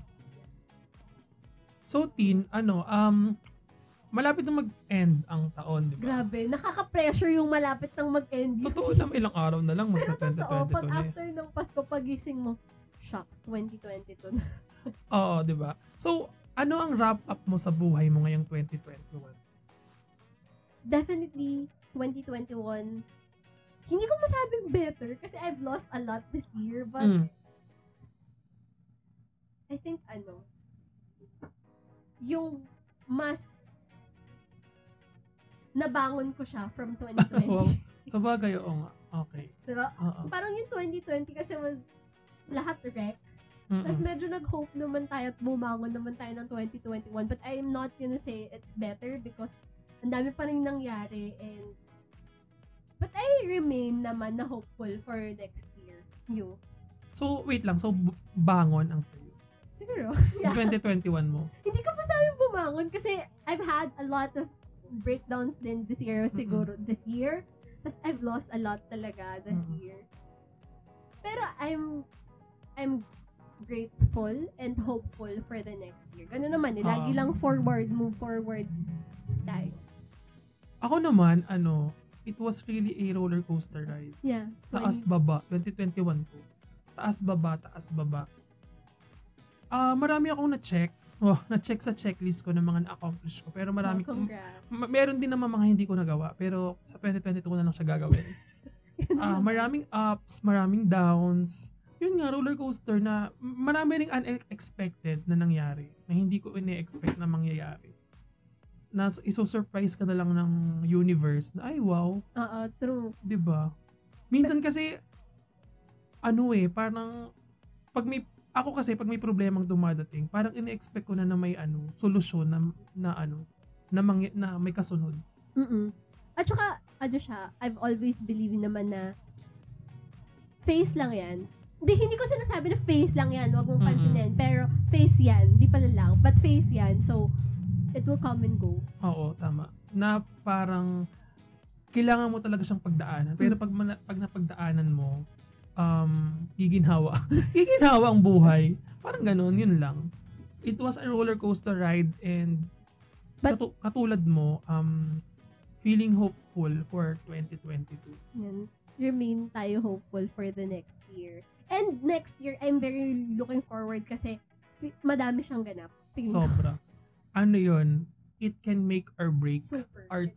So Tin, ano, um malapit na mag-end ang taon, 'di ba?
grabe, nakaka-pressure yung malapit ng mag-end yun.
Totoo na ilang araw na lang
Pero
magka
totoo,
2022
pag
na eh.
after ng Pasko, pagising mo, shocks, 2022 na.
Oo, di ba? So, ano ang wrap-up mo sa buhay mo ngayong 2021?
Definitely, 2021, hindi ko masabing better kasi I've lost a lot this year, but
Mm.
I think, ano, yung mas nabangon ko siya from 2020.
Oo. Sa bagay, oo nga. Okay.
diba?
Oo.
Parang yung 2020 kasi was lahat wreck.
Mm-mm.
Tapos medyo nag-hope naman tayo at bumangon naman tayo ng 2021. But I am not gonna say it's better because ang dami pa rin nangyari and but I remain naman na hopeful for next year. You.
So, wait lang. So, b- bangon ang sa'yo.
Siguro.
Yung 2021 mo.
Hindi ko pa sabi bumangon kasi I've had a lot of breakdowns din this year siguro. This year. Tapos I've lost a lot talaga this
Mm-mm.
year. Pero I'm I'm grateful and hopeful for the next year. Ganun naman eh. Lagi
Ah.
lang forward, move forward tayo.
Ako naman, ano, it was really a roller coaster ride.
Yeah.
Taas baba. 2021 ko. Taas baba, taas baba. Ah, marami akong na-check. Oh, na-check sa checklist ko ng mga na-accomplish ko. Pero marami,
Welcome, congrats.
Ma- meron din naman mga hindi ko nagawa pero sa 2022 ko na lang siya gagawin. Ah, maraming ups, maraming downs. Yun nga, roller coaster na m- marami ring unexpected na nangyari na hindi ko ini-expect na mangyayari. Na s- iso-surprise ka na lang ng universe na ay wow,
Oo, true.
'di ba? Minsan kasi ano eh, parang pag may ako kasi pag may problemang dumadating, parang ini-expect ko na na may ano, solusyon na na ano, na, mangya- na may kasunod.
Mm-mm. At saka, ano siya, I've always believed naman na face lang yan. Hindi, hindi ko sinasabi na face lang yan, huwag mong
Mm-mm.
pansinin. Pero face yan, di pala lang. But face yan, so it will come and go.
Oo, tama. Na parang kailangan mo talaga siyang pagdaanan. Pero pag, mana- pag napagdaanan mo, um, giginhawa. giginhawa ang buhay. Parang ganun, yun lang. It was a roller coaster ride and
But-
katu- katulad mo, um, feeling hopeful for 2022.
Yan. Remain tayo hopeful for the next year. And next year, I'm very looking forward kasi fi- madami siyang ganap. Tingnan ko.
Sobra. Ano yun? It can make or break
Super.
our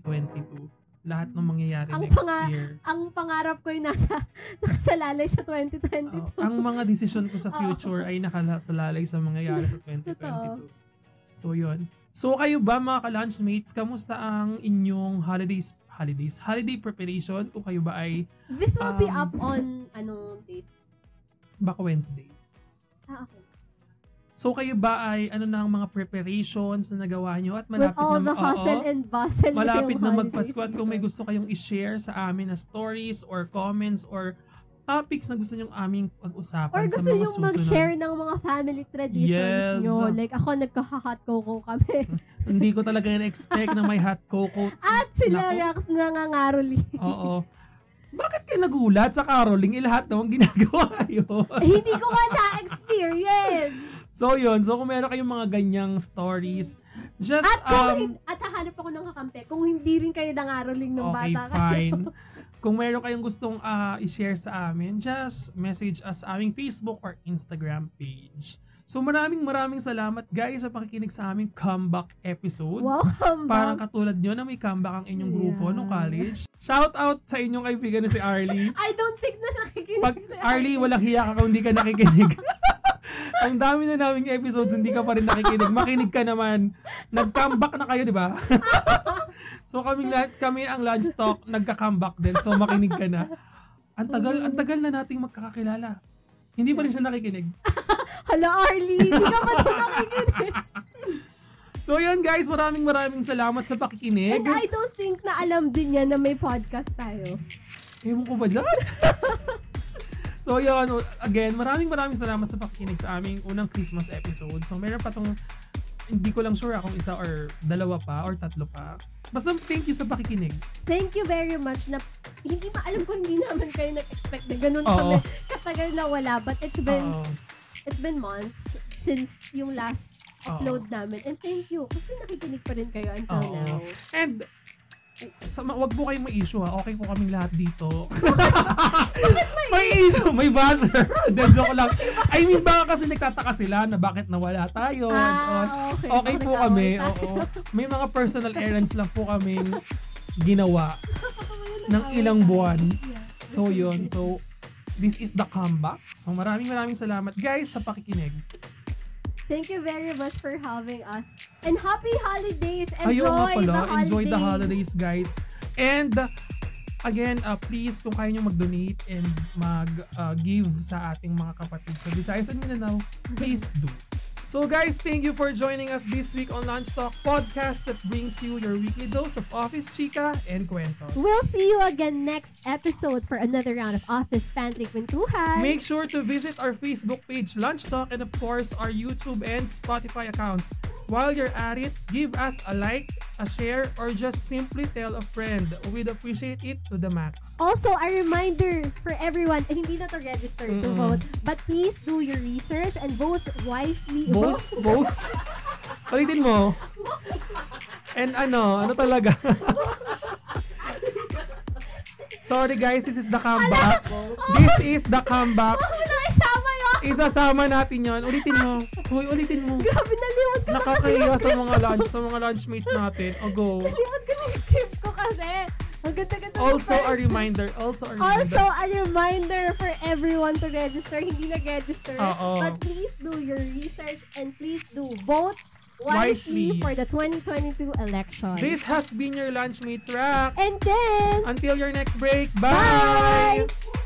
2022. Lahat ng mangyayari
Ang
next
panga-
year.
Ang pangarap ko ay nasa nakasalalay sa 2022.
Oo. Oh, ang mga decision ko sa future ay nakasalalay sa mangyayari sa 2022.
Totoo.
So, yun. So, kayo ba mga ka-lunchmates, kamusta ang inyong holidays, holidays, holiday preparation? Kung kayo ba ay
This will be
Um,
up on anong date?
back Wednesday?
Ah, okay.
So, kayo ba ay ano na ang mga preparations na nagawa nyo at
With
malapit
all
na
the hustle
Oo.
and bustle ngayong
malapit na
holiday
magpasko at kung may
season.
gusto kayong i-share sa amin na stories or comments or topics na gusto nyong aming
Or
pag-usapan sa
gusto
mga
nyo
susunod.
mag-share ng mga family traditions
Yes.
nyo. Like ako, nagkaka-hot cocoa kami.
Hindi ko talaga na-expect na may hot cocoa.
At sila
Nako.
Rax nangangaroli.
Oo. Bakit kayo nagulat sa caroling? Eh, lahat naman ginagawa yun.
Eh, Hindi ko nga na-experience.
So yun, so kung meron kayong mga ganyang stories, just
At, kung
um,
hin- at hahanap ako ng kakampi. Kung hindi rin kayo nangaroling ng
okay,
bata
fine. Kung meron kayong gustong ah, i-share sa amin, just message us sa aming Facebook or Instagram page. So maraming maraming salamat guys sa pakikinig sa aming comeback episode.
Welcome
Parang
back.
katulad nyo na may comeback ang inyong grupo
Yeah.
nung college. Shout out sa inyong kaibigan na si Arlie.
I don't think na nakikinig
Pag
si
Arlie, walang hiya ka kung hindi ka nakikinig. Ang dami na naming episodes, hindi ka pa rin nakikinig. Makinig ka naman. Nag-comeback na kayo, di ba? so kaming lahat, kami ang lunch talk, nagka-comeback din. So makinig ka na. Ang tagal, ang tagal na nating magkakakilala. Hindi pa rin siya nakikinig.
Hala Arlie, hindi ka pa rin nakikinig.
So yun guys, maraming maraming salamat sa pakikinig.
And I don't think na alam din niya na may podcast tayo.
Ewan ko ba dyan? so yun, ano, again, maraming maraming salamat sa pakikinig sa aming unang Christmas episode. So meron pa tong, hindi ko lang sure ah, kung isa or dalawa pa or tatlo pa. Basta thank you sa pakikinig.
Thank you very much na hindi pa alam ko hindi naman kayo nag-expect na ganun
Oo.
kami katagal na wala but it's been
Oo.
it's been months since yung last upload namin and thank you kasi nakikinig pa rin kayo until
Oo.
now.
And sa, wag po kayong may issue ha. Okay po kaming lahat dito.
Oh
may issue, may buzzer. Then joke lang. I mean, baka kasi nagtataka sila na bakit nawala tayo. and all.
Ah, okay.
Okay
Bakit
po kami,
away tayo?
oo. May mga personal errands lang po kami ginawa ng
Nakakawala
ilang
tayo.
buwan.
Yeah.
So yun, so this is the comeback. So maraming maraming salamat guys sa pakikinig.
Thank you very much for having us. And happy holidays! Enjoy,
Ayun nga pala,
the holidays.
enjoy the holidays guys. And uh, again, uh, please kung kaya nyo mag-donate and mag-give sa ating mga kapatid sa Visayas and Mindanao, please do. So guys, thank you for joining us this week on Lunch Talk podcast that brings you your weekly dose of office chica and cuentos.
We'll see you again next episode for another round of Office Pantry Quintuhan.
Make sure to visit our Facebook page, Lunch Talk, and of course, our YouTube and Spotify accounts. While you're at it, give us a like, a share, or just simply tell a friend. We'd appreciate it to the max.
Also, a reminder for everyone, eh, hindi na to register to
Mm-mm.
vote, but please do your research and vote wisely.
Boss, boss, palitin mo. And ano, ano talaga? Sorry guys, this is the comeback. This is the comeback.
Oh, Wala kayo sama yun!
Isasama natin yon. Ulitin mo. Hoy, ulitin mo.
Grabe, nalimot ko na kasi
Nakakahiya
yung
sa
script
mga
ko.
lunch, sa mga lunchmates natin. O go.
Nalimot ko na yung script ko kasi. Ang ganda-ganda ng
Also a
first.
reminder, also a reminder.
Also, a reminder for everyone to register. Hindi nag-register.
Oo.
But please do your research and please do vote wisely,
Wisely.
for the 2022 election.
This has been your lunchmates, Rax.
and then,
Until your next break.
bye!
Bye!